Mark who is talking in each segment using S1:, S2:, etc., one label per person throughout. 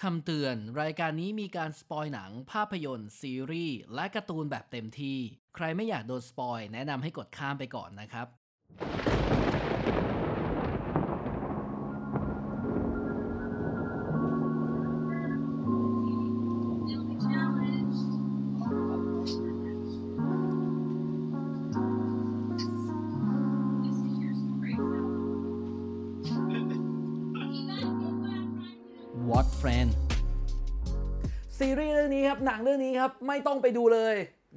S1: คำเตือน รายการนี้มีการสปอยหนัง ภาพยนตร์ ซีรีส์ และการ์ตูนแบบเต็มที่ ใครไม่อยากโดนสปอย แนะนำให้กดข้ามไปก่อนนะครับ What friend ซีรีส์เรื่องนี้ครับ หนังเรื่องนี้ครับ ไม่ต้องไปดูเลย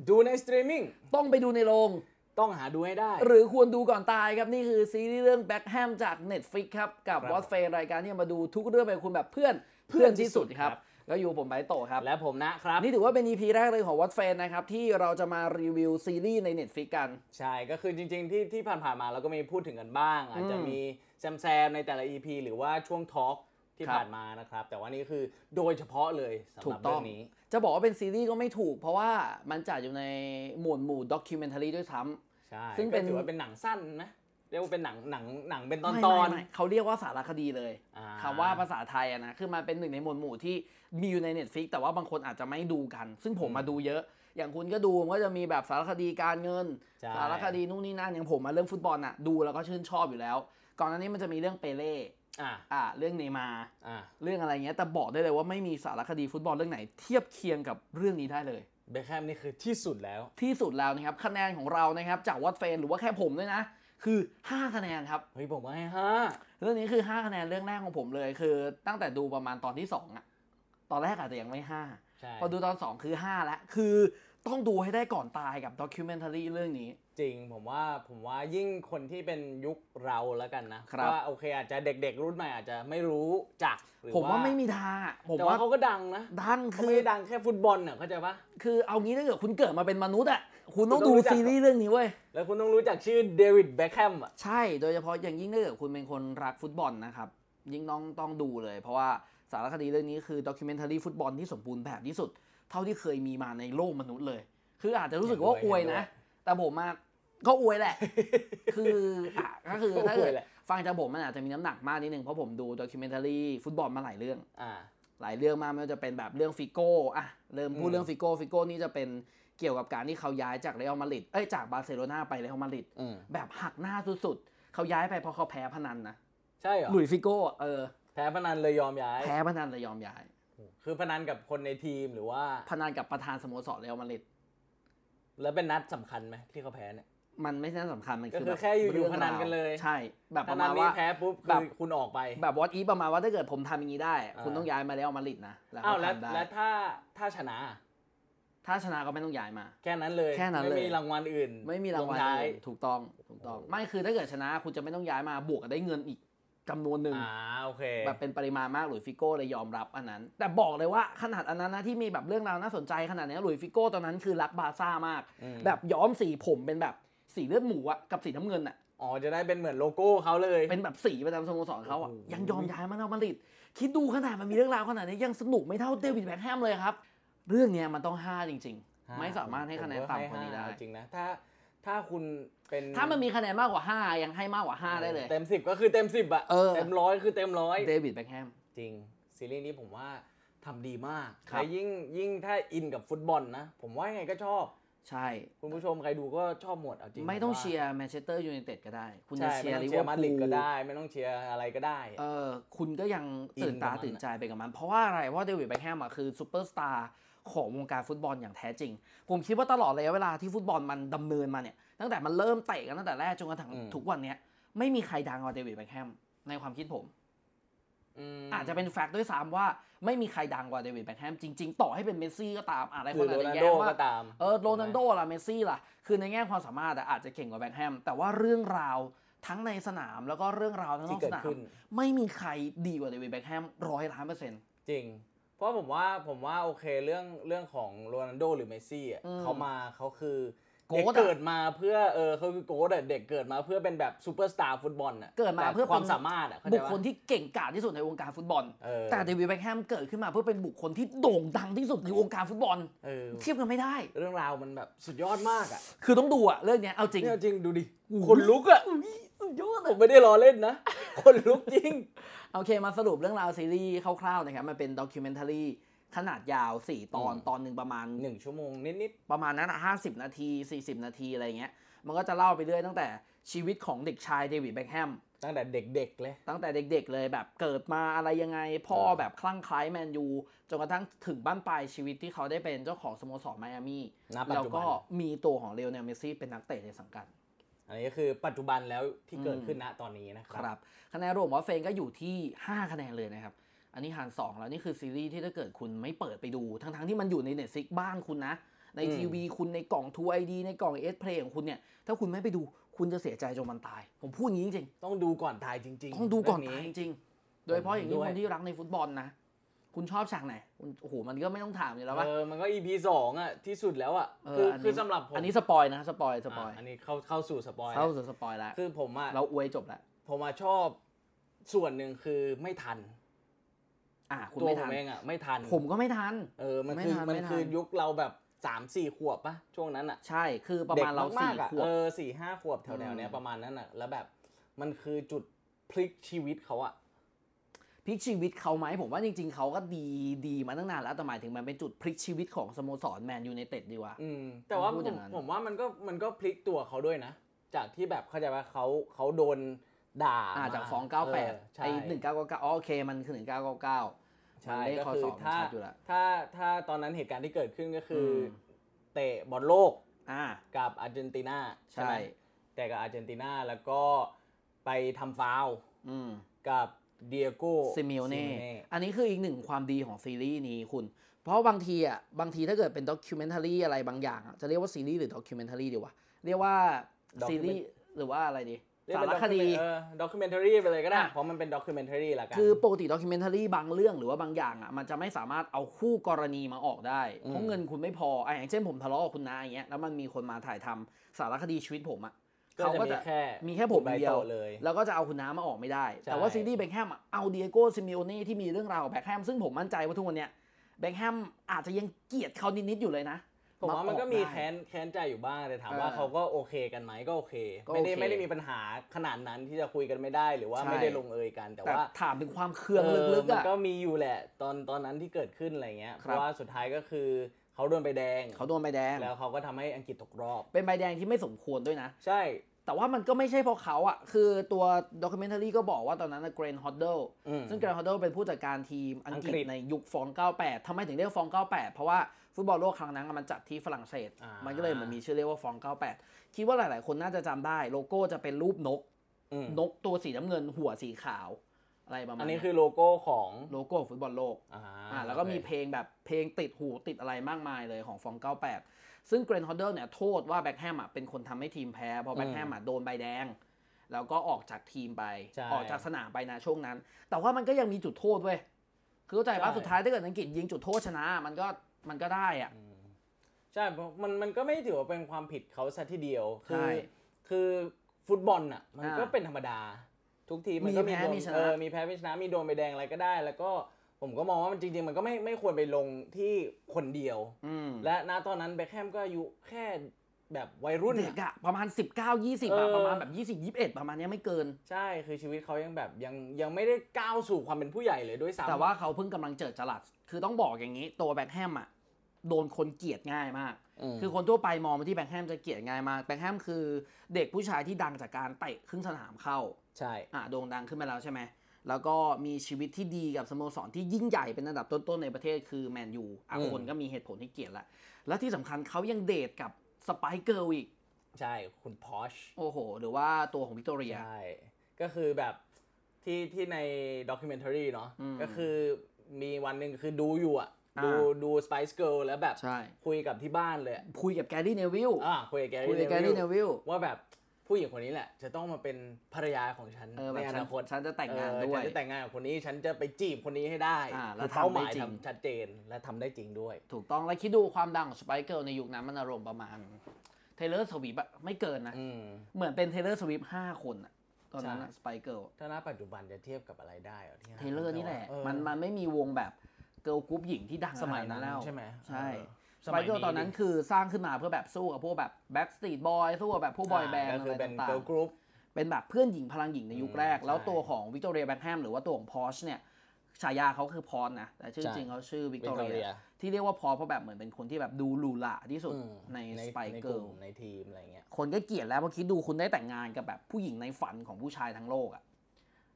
S2: ดูในสตรีมมิ่ง
S1: ต้องไปดูในโรง
S2: ต้องหาดูให้ได้
S1: หรือควรดูก่อนตายครับ นี่คือซีรีส์เรื่อง Backham จาก Netflix ครับ กับ
S2: ครับ
S1: What Friend รายการที่จะมาดูทุกเรื่องไปคุณแบบเพื่อนเพื่อนที่สุดครับ
S2: ครับ
S1: ก็อยู่ผมไบโตะครับ
S2: และผมนะครับ
S1: นี่ถือว่าเป็น EP แรกเลยของ What Friend นะครับ ที่เราจะมารีวิวซีรีส์ใน Netflix กัน
S2: ใช่ก็คือจริงๆ ที่ที่ผ่านๆมาเราก็มีพูดถึงกันบ้าง อาจจะมีแซมแซมๆในแต่ละ EP หรือว่าช่วงทอล์กที่
S1: ครับ
S2: ผ่านมานะครับ แต่ว่านี่คือโดยเฉพาะเลยสำ
S1: ถู
S2: หรั
S1: ก
S2: บ
S1: ต้
S2: เรื่
S1: อ
S2: อง งนี้
S1: จะบอกว่าเป็นซีรีส์ก็ไม่ถูก เพราะว่ามันจัดอยู่ในหมวดหมู่ด็อกิเมนทารีด้วยซ้
S2: ใช่
S1: ซึ่งเป็
S2: ก็
S1: น
S2: ถือว่าเป็นหนังสั้นนะเรียกว่าเป็นหนังหนังหนังเป็น
S1: ำ
S2: ตอน
S1: ไม่
S2: ต
S1: ไม่
S2: อน
S1: ไม่เขาเรียกว่าสารคดีเลย
S2: อ่
S1: คำว่าภาษาไทยอะนะคือมันเป็นหนึ่งในหมวดหมู่ที่มีอยู่ใน Netflix แต่ว่าบางคนอาจจะไม่ดูกัน ซึ่งผมมาดูเยอะ อย่างคุณก็ดูมันก็จะมีแบบสารคดีการเงิน
S2: ใช่
S1: สารคดีนู่นนี่นั่นอย่างผมมาเรื่องฟุตบอลอะดูแล้วก็ชื่นชอบอยู่แล้ว ก่อนหน้านี้มันจะมีเรื่องเปเล่
S2: อ่า
S1: อ่ะเรื่องเนย์มาร์
S2: อ่า
S1: เรื่องอะไรเงี้ยแต่บอกได้เลยว่าไม่มีสารคดีฟุตบอลเรื่องไหน เทียบเคียงกับเรื่องนี้ได้เลย
S2: เบคแฮมนี่คือที่สุดแล้ว
S1: ที่สุดแล้วนะครับคะแนนของเรานะครับจากวอตเฟนหรือว่าแค่ผมด้วยนะ คือ 5 คะแนนครับ
S2: เฮ้ยผมว่าให้ห้า
S1: เรื่องนี้คือ 5 คะแนนเรื่องแรกของผมเลย คือตั้งแต่ดูประมาณตอนที่ 2อะตอนแรกอาจจะยังไม่ 5
S2: ใช่
S1: พอดูตอน 2 คือ 5 แล้ว คือต้องดูให้ได้ก่อนตายกับด็อกิเมนทารีเรื่องนี้
S2: จริงผมว่าผมว่ายิ่งคนที่เป็นยุคเราแล้วกันนะครับ ว่าโอเคอาจจะเด็ก ๆ รุ่นใหม่อาจจะไม่รู้จักหรือ
S1: ผมว่าไม่มีทางอะผม
S2: แต่ว่า
S1: ว่า
S2: เขาก็ดังนะ
S1: ดัง
S2: เขา
S1: คื
S2: ไม่
S1: อ
S2: ได้ดังแค่ฟุตบอลน่ะเข้าใจปะ
S1: คือเอางี้ถ้าเกิดคุณเกิดมาเป็นมนุษย์อะคุณต้อง
S2: คุณต้
S1: ดู
S2: องรู้จัก
S1: ซีรีส์เรื่องนี้เว้ย
S2: แล้วคุณต้องรู้จักชื่อเดวิดแบ็คแฮมอ่ะ
S1: ใช่ โดยเฉพาะอย่างยิ่งถ้าเกิดคุณเป็นคนรักฟุตบอลนะครับ ยิ่งต้องต้องดูเลย เพราะว่าสารคดีเรื่องนี้คือด็อกิเมนทารีฟุตบอลที่สมบูรณ์แบบที่สุด เท่าที่เคยมีมาในโลกมนุษย์เลย คืออาจจะรู้สึกว่าอ
S2: เห็นด้วย
S1: วยนะ แต่ผมมาก็อวยแหละ คืออ่ะก็ คือถ้าเกิ
S2: อ
S1: ด
S2: วยแหละ
S1: ฟังจากผมมันอาจจะมีน้ำหนักมากนิดนึง เพราะผมดูด็อกิเมนทารีฟุตบอลมาหลายเรื่อง
S2: อ่า
S1: หลายเรื่องมากไม่ว่าจะเป็นแบบเรื่องฟิโก้อะเริ่มพูด
S2: อืม
S1: เรื่องฟิโก้ฟิโก้นี่จะเป็นเกี่ยวกับการที่เขาย้ายจากเรอัลมาดริดเอ้ยจากบาร์เซโลนาไปเรอัลมาดริด
S2: อืม
S1: แบบหักหน้าสุดๆ เขาย้ายไปเพราะเขาแพ้พนันนะ
S2: ใช่เหรอ
S1: หลุยส์ฟิโก้เออ
S2: แพ้พนันเลยยอมย้าย
S1: แพ้พนันแต่ยอมย้าย
S2: คือพนันกับคนในทีมหรือว่า
S1: พนันกับประธานสโมสรเรอัลมาดริด
S2: แล้วเป็นนัดสำคัญไหมที่เขาแพ้เนี่ย
S1: มันไม่ใช่สำคัญ มันคือ
S2: ก็คือ
S1: แบบ
S2: แค่อยู่ๆ
S1: เรื่ง
S2: พนันกันเลย
S1: ราวใช่ แบบป
S2: ถ้า
S1: ระ
S2: นั
S1: มา
S2: ด
S1: ณ
S2: นี้
S1: ว่า
S2: แพ้ปุ๊บ
S1: แบ
S2: คื
S1: บ
S2: อคุณออกไป
S1: แบบวอตอีประมาณว่าถ้าเกิดผมทำอย่างนี้ได้
S2: อ่า
S1: คุณต้องย้ายมาเรอัลมาดริดนะ แล้ว
S2: อ้าว
S1: เขา
S2: แล้ว
S1: ทำได้
S2: แล้วถ้าถ้าชนะอ่ะ
S1: ถ้าชนะก็ไม่ต้องย้ายมา
S2: แค่นั้นเลย
S1: แค่นั้นเลย
S2: ไม่มีรางวัลอื่น
S1: ไม่มีรางวัล
S2: ลท้าย
S1: อื่นถูกต้อง ถูกต้อง
S2: โอ้โห
S1: ไม่คือถ้าเกิดชนะ คุณจะไม่ต้องย้ายมา บวกกับได้เงินอีกจำนวนหนึ่ง
S2: อ่าโอเค
S1: แบบเป็นปริมาณมากหลุยส์ฟิโก้เลยยอมรับอันนั้น แต่บอกเลยว่าขนาดอันนั้นนะที่มีแบบเรื่องราวน่าสนใจขนาดเนี้ยหลุยส์ฟิโก้ตอนนั้นคือรักบาร์ซ่ามาก
S2: อืม
S1: แบบย้อมสีผมเป็นแบบสีเลือดหมูอะกับสีน้ำเงินอะ
S2: อ๋อจะได้เป็นเหมือนโลโก้เขาเลย
S1: เป็นแบบสีประจำสโมสรเขาอะ
S2: โอ้โห
S1: ยังยอมย้ายมาเรอัลมาดริดคิดดูขนาดมันมีเรื่องราวขนาดนี้ยังสนุกไม่เท่าเดวิดแบ็คแฮมเลยครับ เรื่องเนี้ยมันต้องห้าจริง ๆ ไม่สามารถให้คะแนนต่ำกว่านี้ได้
S2: ผมให้ห้จริงนะถ้าถ้าคุณเป็น
S1: ถ้ามันมีคะแนนมากกว่าห้ายังให้มากกว่าห้าได้เลย
S2: เต็มสิบก็คือเต็มสิบอะ
S1: เออ
S2: มร้อยคือเต็มร้อย
S1: เดวิดแบ็คแฮม
S2: จริง ซีรีส์นี้ผมว่าทำดีมาก
S1: ครับ
S2: และยิ่งยิ่งถ้าอินกับฟุตบอลนะ ผมว่ายังไงก็ชอบ
S1: ใช่
S2: คุณผู้ชมใครดูก็ชอบหมดเอาจริง
S1: ไม่ต้อง
S2: ผว่า
S1: เชียร์แมนเชสเตอร์ยูไนเต็ดก็ได้ คุณจะ
S2: ใช่
S1: เชี
S2: ไม่
S1: ยร์
S2: ต้
S1: ลิเวย อ
S2: องเชีร์
S1: ร์
S2: มาด
S1: พู
S2: ริดก็
S1: ล
S2: ได้ ไม่ต้องเชียร์อะไรก็ได้
S1: เออคุณก็ยังตื่นตา
S2: อินกับมัน
S1: ตื่นใจไปกับมัน เพราะว่าอะไรเพราะเดวิดแบ็คแฮมอะคือซูเปอร์สตาร์ของวงการฟุตบอลอย่างแท้จริง ผมคิดว่าตลอดระยะเวลาที่ฟุตบอลมันดำเนินมาเนี่ย ตั้งแต่มันเริ่มเตะกันตั้งแต่แรกจนกระทั่ง
S2: อืม
S1: ทุกวันเนี้ยไม่มีใครดังกว่าเดวิดแบ็คแฮมในความคิดผม
S2: ม
S1: อาจจะเป็นแฟกต์ด้วยซ้ำว่าไม่มีใครดังกว่าเดวิดแบ็คแฮมจริง ๆ ต่อให้เป็นเมสซี่ก็ตามอะไร
S2: ห
S1: ค
S2: รื
S1: น
S2: อ
S1: อา
S2: โร
S1: จจะ
S2: นัล
S1: แย้
S2: โด
S1: งว่า
S2: ก็ตาม
S1: เออโรนัลโดล่ะเมสซี่ล่ะ คือในแง่ความสามารถอะอาจจะเก่งกว่าแบ็คแฮมแต่ว่าเรื่องราวทั้งในสนามแล้วก็เรื่องราวทั้งน
S2: ที่
S1: อก
S2: เกิ
S1: ส
S2: ด
S1: นาม
S2: ขึ้น
S1: ไม่มีใครดีกว่าเดวิดแบ็คแฮมร้อยล้านเปอร์เซ็นต์
S2: จริง เพราะผมว่าผมว่าโอเคเรื่องเรื่องของโรนัลโดหรือเมสซี่อ่ะ
S1: อืม
S2: เขามาเขาคือ
S1: โกรธอะ
S2: เด็กเกิดมาเพื่อเออเขาคือโกดอะเด็กเกิดมาเพื่อเป็นแบบซูเปอร์สตาร์ฟุตบอลอ่ะ
S1: เกิดมาเพื่อเป็น
S2: ความสามารถอ่ะเข้าใจ
S1: บุค
S2: ปะ
S1: คลที่เก่งกาจที่สุดในวงการฟุตบอล
S2: เออ
S1: แต่เดวิดแบ็คแฮมเกิดขึ้นมาเพื่อเป็นบุคคลที่โด่งดังที่สุดในวงการฟุตบอล
S2: เออ
S1: เทียบกันไม่ได้
S2: เรื่องราวมันแบบสุดยอดมากอ่ะ
S1: คือต้องดูอะเรื่องเนี้ยเอาจริง
S2: เนี่ยจริงดูดิ
S1: โอ้โห
S2: ขนลุกอ่ะ
S1: อุ๊ย ยุเล
S2: ผ
S1: ย
S2: มไม่ได้ล้อเล่นนะ คนลุกจริง
S1: โอเคมาสรุปเรื่องราวซีรีส์คร่าวๆนะครับ มันเป็นด็อกิเมนทารีขนาดยาว 4 ตอน
S2: อืม
S1: ตอนหนึ่งประมาณ
S2: หนึ่งชั่วโมงนิด
S1: ประมาณนั้นห้าสิบนาที 40 นาที อะไรเงี้ย มันก็จะเล่าไปเรื่อยตั้งแต่ชีวิตของเด็กชายเดวิดแบ็กแฮม
S2: ๆ ตั้งแต่เด็กๆเลย
S1: ตั้งแต่เด็กๆเลยแบบเกิดมาอะไรยังไง พ่อ
S2: เออ
S1: แบบคลั่งไคล้แมนยูจนกระทั่งถึงบ้านปลายชีวิตที่เขาได้เป็นเจ้าของสโมสรไมอามี่
S2: นะปัจ
S1: แล้ว
S2: จุบั
S1: ก็
S2: น
S1: มีตัวของเลโอเนลเมสซี่เป็นนักเตะในสังกัด
S2: อันนี้ก็คือปัจจุบันแล้วที่เกิด
S1: อืม
S2: ขึ้นณตอนนี้นะค
S1: ครับ รับคะแนนรวมของว่าเฟนก็อยู่ที่ 5 คะแนนเลยนะครับ อันนี้หาร 2 แล้วนี่คือซีรีส์ที่ถ้าเกิดคุณไม่เปิดไปดู ทั้งๆที่มันอยู่ใน Netflix บ้านคุณนะ ใน
S2: อืม
S1: ทีวีคุณในกล่องทูไอดีในกล่องเอสเพลของคุณเนี่ย ถ้าคุณไม่ไปดูคุณจะเสียใจจนมันตาย ผมพูดอย่างนี้จริง
S2: ต้องดูก่อนตายจริง
S1: ๆ
S2: ๆ
S1: ต้องดูก่อน
S2: เรื่
S1: ตายจ
S2: นี้
S1: ริงๆโดยเฉพาะอย่างนี้
S2: ด้วย
S1: คนที่รักในฟุตบอลนะ คุณชอบฉากไหนคุณโอ้โหมันก็ไม่ต้องถามอยู่แล้วว่า
S2: เออมันก็ EP สองอ่ะที่สุดแล้วอ่ะ
S1: เออ
S2: คืออน
S1: นี้
S2: คือสำหรับผม
S1: อันนี้สปอยนะสปอยสปอย
S2: ะอันนี้เข้าเข้าสู่สปอย
S1: เข้าสู่สปอยแล้ว
S2: คือผมอ่ะ
S1: เราอวยจบแล้ว
S2: ผมอ่ะชอบส่วนหนึ่งคือไม่ทัน
S1: อ่ะคุณ
S2: ตัว
S1: ไม่
S2: ผ
S1: ทั
S2: ม
S1: น
S2: เองอ่ะไม่ทัน
S1: ผมก็ไม่ทัน
S2: เออมัน
S1: ไม่
S2: คือ
S1: ทัน
S2: มัน
S1: ไม่ทัน
S2: คือยุคเราแบบสามสี่ขวบปะช่วงนั้นอ่ะ
S1: ใช่คือประมาณเรา
S2: ด็ก
S1: สี่
S2: กๆอะ
S1: ขวบ
S2: เออสี่ห้าขวบแถวๆเนี้
S1: อื
S2: ย
S1: ม
S2: ประมาณนั้นอ่ะ แล้วแบบมันคือจุดพลิกชีวิตเขาอ่ะ
S1: พลิกชีวิตเขาไหมผมว่าจริงๆ เขาก็ดีดีมาตั้งนานแล้วแต่หมายถึงมันเป็นจุดพลิกชีวิตของสโมสรแมนยู i นเต็ดดีกว่า
S2: อืม แต่ว่า
S1: พูดอ
S2: ผ
S1: ย่าม งนั้น
S2: ผมว่ามันก็มันก็พลิกตัวเขาด้วยนะ จากที่แบบเข้าใจว่าเขาเขาโดนด่า
S1: อ่าจาก
S2: ม
S1: สองเก้าแปด
S2: ใช่
S1: ไอหนึ่งเก้าเก้าเก้าโอเค มันคือหนึ่งเก้าเก้าเก้า
S2: ใช่
S1: เลข
S2: ก็
S1: คอ
S2: คื
S1: ส
S2: อ
S1: องมัน
S2: ถ้า
S1: ชัดอยู่แล้ว
S2: ถ้าถ้าตอนนั้นเหตุการณ์ที่เกิดขึ้นก็คืออ
S1: ม
S2: เตะบอลโลก
S1: อ่า
S2: กับอาร์เจนตินา
S1: ใช่
S2: ไหมแต่กับอาร์เจนตินาแล้วก็ไปทำฟาวล์
S1: อืม
S2: กับเดียโก้
S1: ซิมิโอเน่
S2: ซิมิโอ
S1: อันนี้คืออีกหนึ่งความดีของซีรีส์นี้คุณ เพราะบางทีอ่ะ บางทีถ้าเกิดเป็นด็อกิเมนทารีอะไรบางอย่างอะจะเรียกว่าซีรีส์หรือด็อกิเมนทารีดีวะเรียกว่าซีรีส์หรือว่าอะไรดีสารคดี
S2: ด็อกิเมนทารีไปเลยก็ได้
S1: อ่ะ
S2: เพราะมันเป็นด็อกิเมนทารีละกัน
S1: คือปกติด็อกิเมนทารีบางเรื่องหรือว่าบางอย่างอ่ะมันจะไม่สามารถเอาคู่กรณีมาออกได้
S2: อืม
S1: เพราะเงินคุณไม่พออ่ะอย่างเช่นผมทะเลาะกับคุณนาอย่างเงี้ยแล้วมันมีคนมาถ่ายทำสารคดีชีวิตผมอ่ะ
S2: ก็
S1: เขาก็
S2: จะมี
S1: จะ
S2: แค่
S1: มีแค่ผม
S2: ใบ
S1: เดียว
S2: โตะเลย
S1: แล้วก็จะเอาคุณน้ามาออกไม่ได้
S2: ใช่
S1: แต่ว่าซีรีส์แบ็คแฮมอ่ะเอาเดียโก้ซิมิโอเน่ที่มีเรื่องราวกับแบ็คแฮมซึ่งผมมั่นใจว่าทุกวันเนี้ยแบ็คแฮมอาจจะยังเกลียดเขานิดๆอยู่เลยนะ
S2: ผมว่ามันก็มี
S1: าออได้
S2: แค้นแค้นใจอยู่บ้างแต่ถาม
S1: เออ
S2: ว่าเขาก็โอเคกันไหมก็โอเค
S1: ก็โอเค
S2: ไม่ได้ไม่ได้มีปัญหาขนาดนั้นที่จะคุยกันไม่ได้หรือว่า
S1: ใช่
S2: ไม่ได้ลงเอยกันแต่
S1: แต่
S2: ว่า
S1: ถามถึงความเคือง
S2: เออ
S1: ลึกๆ
S2: มัน
S1: อ่ะ
S2: ก็มีอยู่แหละ ตอนตอนนั้นที่เกิดขึ้นอะไรเงี้ย
S1: ค
S2: เพ
S1: รับ
S2: ราะว่าสุดท้ายก็คือเขาโดนใบแดง
S1: เขาโดนใบแดง
S2: แล้วเขาก็ทำให้อังกฤษตกรอบ
S1: เป็นใบแดงที่ไม่สมควรด้วยนะ
S2: ใช่
S1: แต่ว่ามันก็ไม่ใช่เพราะเขาอ่ะ คือตัวด็อกิเมนทารีก็บอกว่าตอนนั้นเกรนฮอดเดิล
S2: อืม
S1: ซึ่งเกรนฮอดเดิลเป็นผู้จัดการทีมอังกฤ
S2: อังกฤ
S1: ษ
S2: ษ
S1: ในยุคฟอง 98ทำไมถึงเรียกฟอง 98 เพราะว่าฟุตบอลโลกครั้งนั้นอะมันจัดที่ฝรั่งเศส
S2: อ่ามั
S1: มันก็เลยมันมีชื่อเรียกว่าฟอง 98 คิดว่าหลาย ๆ คนน่าจะจำได้โลโก้จะเป็นรูปนก
S2: อืม
S1: นกตัวสีน้ำเงินหัวสีขาว อะไรประมาณ
S2: อันนี้
S1: เนี้ย
S2: คือโลโก้ของ
S1: โลโก้ของฟุตบอลโลก
S2: อ่า
S1: อ่าแล้วก็มี
S2: โอ
S1: เพ
S2: เค
S1: ลงแบบเพลงติดหูติดอะไรมากมายเลยของฟอง 98 ซึ่งเกรนฮอดเดิลเนี่ยโทษว่าแบ็คแฮมอ่ะเป็นคนทำให้ทีมแพ้ เพราะแบ็คแฮมอ่ะโดนใบแดง แล้วก็ออกจากทีมไป
S2: ใช่
S1: ออกจากสนามไปนะช่วงนั้น แต่ว่ามันก็ยังมีจุดโทษเว้ย คือเข้าใจว่า
S2: ใช่
S1: สุดท้ายถ้าเกิดอังกฤษยิงจุดโทษชนะ มันก็มันก็ได้อ่ะ
S2: อืมใช่เพราะมันมันก็ไม่ถือว่าเป็นความผิดเขาซะทีเดียว คื
S1: ใช่
S2: อคือฟุตบอลอ่ะมัน
S1: อ่า
S2: ก็เป็นธรรมดา ทุกทีมมันก็
S1: มี
S2: มี
S1: แพ้
S2: โดน
S1: มีชนะ
S2: เออมีแพ้มีชนะมีโดนใบแดงอะไรก็ได้ แล้วก็ผมก็มองว่ามันจริง ๆ มันก็ไม่ไม่ควรไปลงที่คนเดียว
S1: อืม
S2: และณตอนนั้นเบคแฮมก็อายุแค่แบบวัยรุ่น
S1: เด็ก
S2: อะ
S1: อ่ะประมาณ 19 20
S2: เอ
S1: อ่ะ
S2: อ
S1: ประมาณแบบ 20 21 ประมาณเนี้ยไม่เกิน
S2: ใช่คือชีวิตเขายังแบบยังยังไม่ได้ก้าวสู่ความเป็นผู้ใหญ่เลยด้วยซ้ำ
S1: แต่ว่าเขาเพิ่งกำลังเจิดจรัสคือต้องบอกอย่างนี้ตัวแบ็คแฮมอ่ะโดนคนเกลียดง่ายมาก
S2: ม
S1: คือคนทั่วไปมองไปที่แบงค์แฮมจะเกลียดง่ายมากแบงค์แฮมคือเด็กผู้ชายที่ดังจากการเตะครึ่งสนามเข้า
S2: ใช่
S1: อ่ะโด่งดังขึ้นมาแล้วใช่ไหม แล้วก็มีชีวิตที่ดีกับสโมสรที่ยิ่งใหญ่เป็นอันดับต้น ๆ ในประเทศคือแมนยูอ่ะคนก็มีเหตุผลที่เกลียดละและที่สำคัญเขายังเดทกับสไปเกิลอีก
S2: ใช่คุณพอช
S1: โอ้โห หรือว่าตัวของวิกตอเรีย
S2: ใช่ ก็คือแบบที่ที่ในด็อกิเมนทารีเนาะ
S1: อืม
S2: ก็คือมีวันหนึ่งคือดูอยู่อะ
S1: อ่า
S2: ดูดู Spice Girl แล้วแบบ
S1: ใช่
S2: คุยกับที่บ้านเลยอะ
S1: คุยกับแกรี่เนวิล
S2: อ่าคุยกับแก
S1: คุยกับแก
S2: รี่
S1: รี่เน
S2: เนวิล
S1: วิล
S2: ว่าแบบผู้หญิงคนนี้แหละ จะต้องมาเป็นภรรยาของฉัน
S1: เออแบบฉัน
S2: ในอนาคต
S1: ฉันจะแต่งงาน
S2: เออ
S1: ด้วย
S2: ฉันจะแต่งงานกับคนนี้ฉันจะไปจีบคนนี้ให้ได้
S1: อ่าแล้
S2: คื
S1: ว
S2: อเป้าหมาย
S1: ทำได้จริง
S2: ทำชัดเจนและทำได้จริงด้วย
S1: ถูกต้องแล้วคิดดูความดังของสไปเกิลในยุคนั้นมันอารมณ์ประมาณเทเลอร์สวีปไม่เกินนะ
S2: อืม
S1: เหมือนเป็นเทเลอร์สวิฟห้าคนอะตอนนั้น
S2: ใช่
S1: สไปเกิล
S2: ถ้าณปัจจุบันจะเทียบกับอะไรได้หที่หา
S1: เทเลอร์นี่แหละ
S2: เออ
S1: มันมันไม่มีวงแบบเกิร์ลกรุ๊ปหญิงที่ดัง
S2: สมัย
S1: ขาด
S2: นั้น
S1: แล้ว
S2: ใช่ไหม
S1: ใช่
S2: เออ
S1: สไปเกิล
S2: มัย
S1: ตอนนั้นคือสร้างขึ้นมาเพื่อแบบสู้กับพวกแบบแบ็กสตรีทบอยสู้กับแบบพวกบอยแบนด์
S2: ก็
S1: อะ
S2: คื
S1: ไร
S2: อเป็น
S1: ต่าง
S2: เกิร์ลกรุ๊ป
S1: ๆ เป็นแบบเพื่อนหญิงพลังหญิงในยุคแรก
S2: อืม
S1: แล้ว
S2: ใช่
S1: ตัวของวิกตอเรียแบ็คแฮมหรือว่าตัวของพอชเนี่ยฉายาเขาคือพอชนะแต่ชื่อ
S2: ใช่
S1: จริงเขาชื่อวิก
S2: วิ
S1: ตอก
S2: ตอ
S1: เรี
S2: เรี
S1: ย
S2: ย
S1: ที่เรียกว่าพอชเพราะแบบเหมือนเป็นคนที่แบบดูหรูหราที่สุด
S2: อืม
S1: ในสไป
S2: ใน
S1: เกิ
S2: ก
S1: ล
S2: ลุ่มในทีมอะไรเงี้ย
S1: คนก็เกลียดแล้วเพราะคิดดูคุณได้แต่งงานกับแบบผู้หญิงในฝันของผู้ชายทั้งโลกอะ่ะ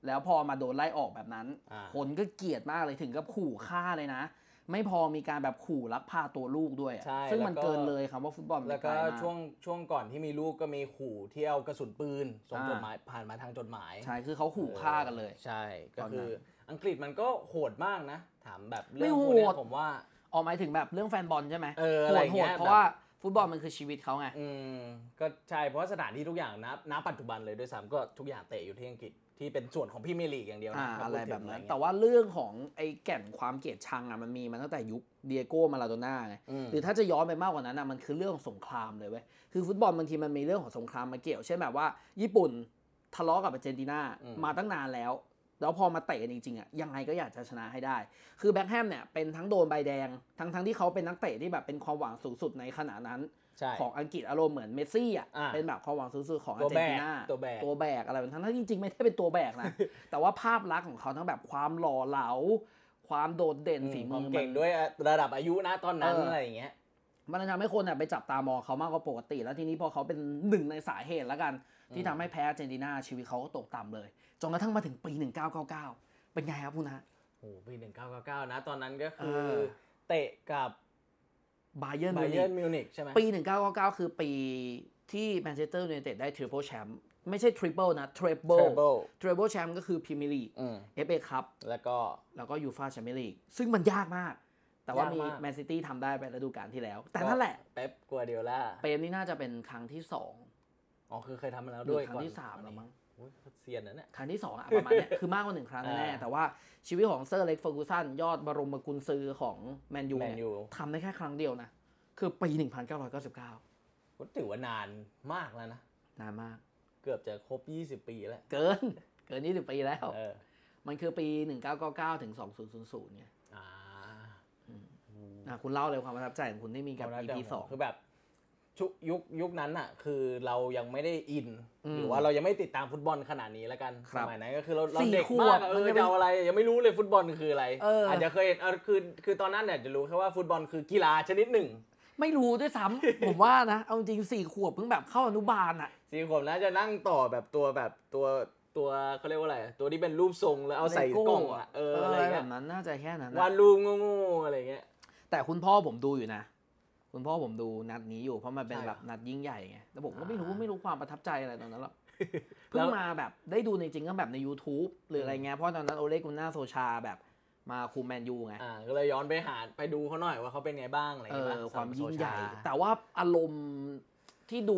S1: แล้วพอมาโดนไล่ออกแบบนั้น
S2: อ่า
S1: คนก็เกลียดมากเลยถึงกับขู่ฆ่าเลยนะ ไม่พอมีการแบบขู่ลักพาตัวลูกด้วยอะ
S2: ใช่
S1: ซึ่งมัน
S2: แล้วก็
S1: เกินเลยคำว่าฟุตบอลมัน
S2: แล้วก็
S1: ไลมา
S2: ช่วงช่วงก่อนที่มีลูกก็มีขู่ที่เอากระสุนปืนส่ง
S1: อ่า
S2: จดหมายผ่านมาทางจดหมาย
S1: ใช่คือเขาขู่ฆ่ากันเลย
S2: ใช่ก็
S1: ตอนนั้น
S2: คืออังกฤษมันก็โหดมากนะ ถามแบบ
S1: ไม่
S2: เรื่อง
S1: โห
S2: พ
S1: ด
S2: วกเนี้ยผมว่า
S1: ออกหมายถึงแบบเรื่องแฟนบอลใช่ไหม
S2: เอออะไร
S1: โห
S2: เงี้
S1: ด
S2: ย
S1: ๆเพราะว่าฟุตบอลมันคือชีวิตเขาไง
S2: อืมก็ใช่เพราะว่าสถานที่ทุกอย่างนะณปัจจุบันเลยด้วยซ้ำก็ทุกอย่างเตะอยู่ที่อังกฤษที่เป็นส่วนของพี่เมยร์ลีกอย่างเดียว
S1: อ่า
S2: นะ
S1: อะ
S2: ถ้าพู
S1: ไร
S2: ดถึง
S1: แบบนั้น
S2: เงี้ย
S1: แต่ว่าเรื่องของไอ้แก่นความเกลียดชังอ่ะมันมีมาตั้งแต่ยุคเดียโก้มาลาโดน่าไง
S2: อืม
S1: หรือถ้าจะย้อนไปมากกว่านั้นนะมันคือเรื่องของสงครามเลยเว้ย คือฟุตบอลบางทีมันมีเรื่องของสงครามมาเกี่ยว เช่นแบบว่าญี่ปุ่นทะเลาะกับอาร์เจนตินา
S2: อืม
S1: มาตั้งนานแล้ว แล้วพอมาเตะกันจริงๆอ่ะยังไงก็อยากจะชนะให้ได้ คือแบ็คแฮมเนี่ยเป็นทั้งโดนใบแดง ทั้งทั้งที่เขาเป็นนักเตะที่แบบเป็นความหวังสูงสุดในขณะนั้น
S2: ใช่
S1: ของอังกฤษอารมณ์เหมือนเมสซี่อ่ะ
S2: อ่า
S1: เป็นแบบความหวังสูงสุดของอา
S2: ตัว
S1: ร์เจ
S2: แบ
S1: น
S2: ก
S1: ตินา
S2: ตัวแบก
S1: ตัวแบกอะไรแบบนั้นทั้งที่จริงๆไม่ได้เป็นตัวแบกนะ แต่ว่าภาพลักษณ์ของเขาทั้งแบบความหล่อเหลา ความโดดเด่นฝี
S2: ค
S1: มื
S2: วา
S1: อ
S2: ม
S1: มัน
S2: เก่งด้วยระดับอายุนะตอนนั้น
S1: เอออ
S2: อะไรอย่างเงี้ย
S1: มันทำให้คนน่ะไปจับตามองเขามากกว่าปกติ แล้วทีนี้พอเขาเป็นหนึ่งในสาเหตุแล้วกัน ที่ทำให้แพ้อาร์เจนตินาชีวิตเขาก็ตกต่ำเลยจนกระทั่งมาถึงปี 1999 เป็นไงครับคุณฮะ
S2: โอ้โหปี 1999 นะ ตอนนั้นก็คือ
S1: เออ
S2: เตะกับบ
S1: าเยิร์น
S2: ไบ
S1: มิว
S2: เย
S1: นิ
S2: อร์
S1: ก
S2: มิวนิกใช่ไหม
S1: ปี 1999 คือปีที่แมนเชสเตอร์ยูไนเต็ดได้ทริปเปิลแชมป์ไม่ใช่ทริปเปิลนะทริป
S2: เท
S1: เปิล
S2: เบิล
S1: ทริปเปิลแชมป์ก็คือพรีเมียร์ลีก
S2: อืม
S1: เอฟเอคัพ
S2: แล้วก็
S1: แล้วก็ยูฟาแชมเปี้ยนลีกซึ่งมันยากมาก แต่ว่าย
S2: าก
S1: มี
S2: มาก
S1: แมนซิตี้ทำได้ไปฤดูกาลที่แล้ว แต่นั่นแหละ
S2: เป๊ปกัวเดียล่า
S1: เปรมนี่น่าจะเป็นครั้งที่สอง
S2: อ๋อ คือเคยทำมาแล้ว
S1: หรื
S2: ด้วย
S1: อครั้
S2: ก่
S1: ง
S2: อน
S1: ที่สามแล้วมั้ง
S2: โอ้ยเซียนนะเนี่ย
S1: ครั้งที่สองอะประมาณเนี้ย คือมากกว่าหนึ่งครั้งแน่
S2: อ่า
S1: ๆแต่ว่าชีวิตของเซอร์เล็กเฟอร์กูสันยอดบรมกุลซือของแมนยู
S2: แมน
S1: เนี่ย
S2: ยู
S1: ทำได้แค่ครั้งเดียวนะ คือปี 1999
S2: ก็ถือว่านานมากแล้วนะ
S1: นานมาก
S2: เกือบจะครบ 20 ปีแล้ว
S1: เกิน เกิน 20 ปีแล้ว
S2: เออ
S1: มันคือปี 1999 ถึง 2000เนี่ย
S2: อ่า
S1: อ่ะคุณเล่าเลยความประทับใจของคุณที่มีกับ
S2: แล้ว
S1: EP
S2: เดี๋ยว
S1: สอง
S2: คือแบบชุยุคยุคนั้นอ่ะ คือเรายังไม่ได้อิน
S1: อืม
S2: หรือว่าเรายังไม่ติดตามฟุตบอลขนาดนี้แล้วกัน
S1: ค
S2: ส
S1: รับ
S2: มัยนั้นก็คือเราเรา
S1: สี่
S2: เด็ก
S1: ขวบ
S2: มากอะเอ
S1: มัน
S2: อ
S1: จะเป็น
S2: จะเอาอะไร ยังไม่รู้เลยฟุตบอลคืออะไร
S1: เอออ
S2: จจะเคยเห็นเออคือคือตอนนั้นเนี่ยจะรู้แค่ว่าฟุตบอลคือกีฬาชนิดหนึ่ง
S1: ไม่รู้ด้วยซ้ำ ผมว่านะ เอาจริงๆสี่ขวบเพิ่งแบบเข้าอนุบาลอ่ะ
S2: สี่ขวบแล้วจะนั่งต่อแบบตัวแบบตัวตัวเขาเรียกว่าอะไร ตัวที่เป็นรูปทรงแล้วเอาใส่
S1: Lego
S2: กล่องอะเอออะไร
S1: แบ
S2: เงี้ย
S1: บนั้นน่าจะแค่นั้นนะ
S2: วาดรูปโง่ๆอะไรเงี้ย
S1: แต่คุณพ่อผมดูอยู่นะ คุณพ่อผมดูนัดนี้อยู่เพราะมันเป็น
S2: ใช่เหรอ
S1: แบบนัดยิ่งใหญ่ไงแต่ผมก็ไม่รู้
S2: อ่า
S1: ไม่รู้ความประทับใจอะไรตอนนั้นห รอก
S2: แล้
S1: เพิ่ง
S2: ว
S1: มาแบบได้ดูในจริงก็แบบใน YouTube หรืออะไรเงี้ยเพราะตอนนั้นโอเลกุนน่าโซชาแบบมาคุมแมนยูไง
S2: อ่าก็เลยย้อนไปหาไปดูเขาหน่อยว่าเขาเป็นไงบ้างอะไร
S1: เอ
S2: เงี้ย
S1: อ
S2: ป่ะ
S1: ความยิ่งใหญ่
S2: สำรับโซชา
S1: แต่ว่าอารมณ์ที่ดู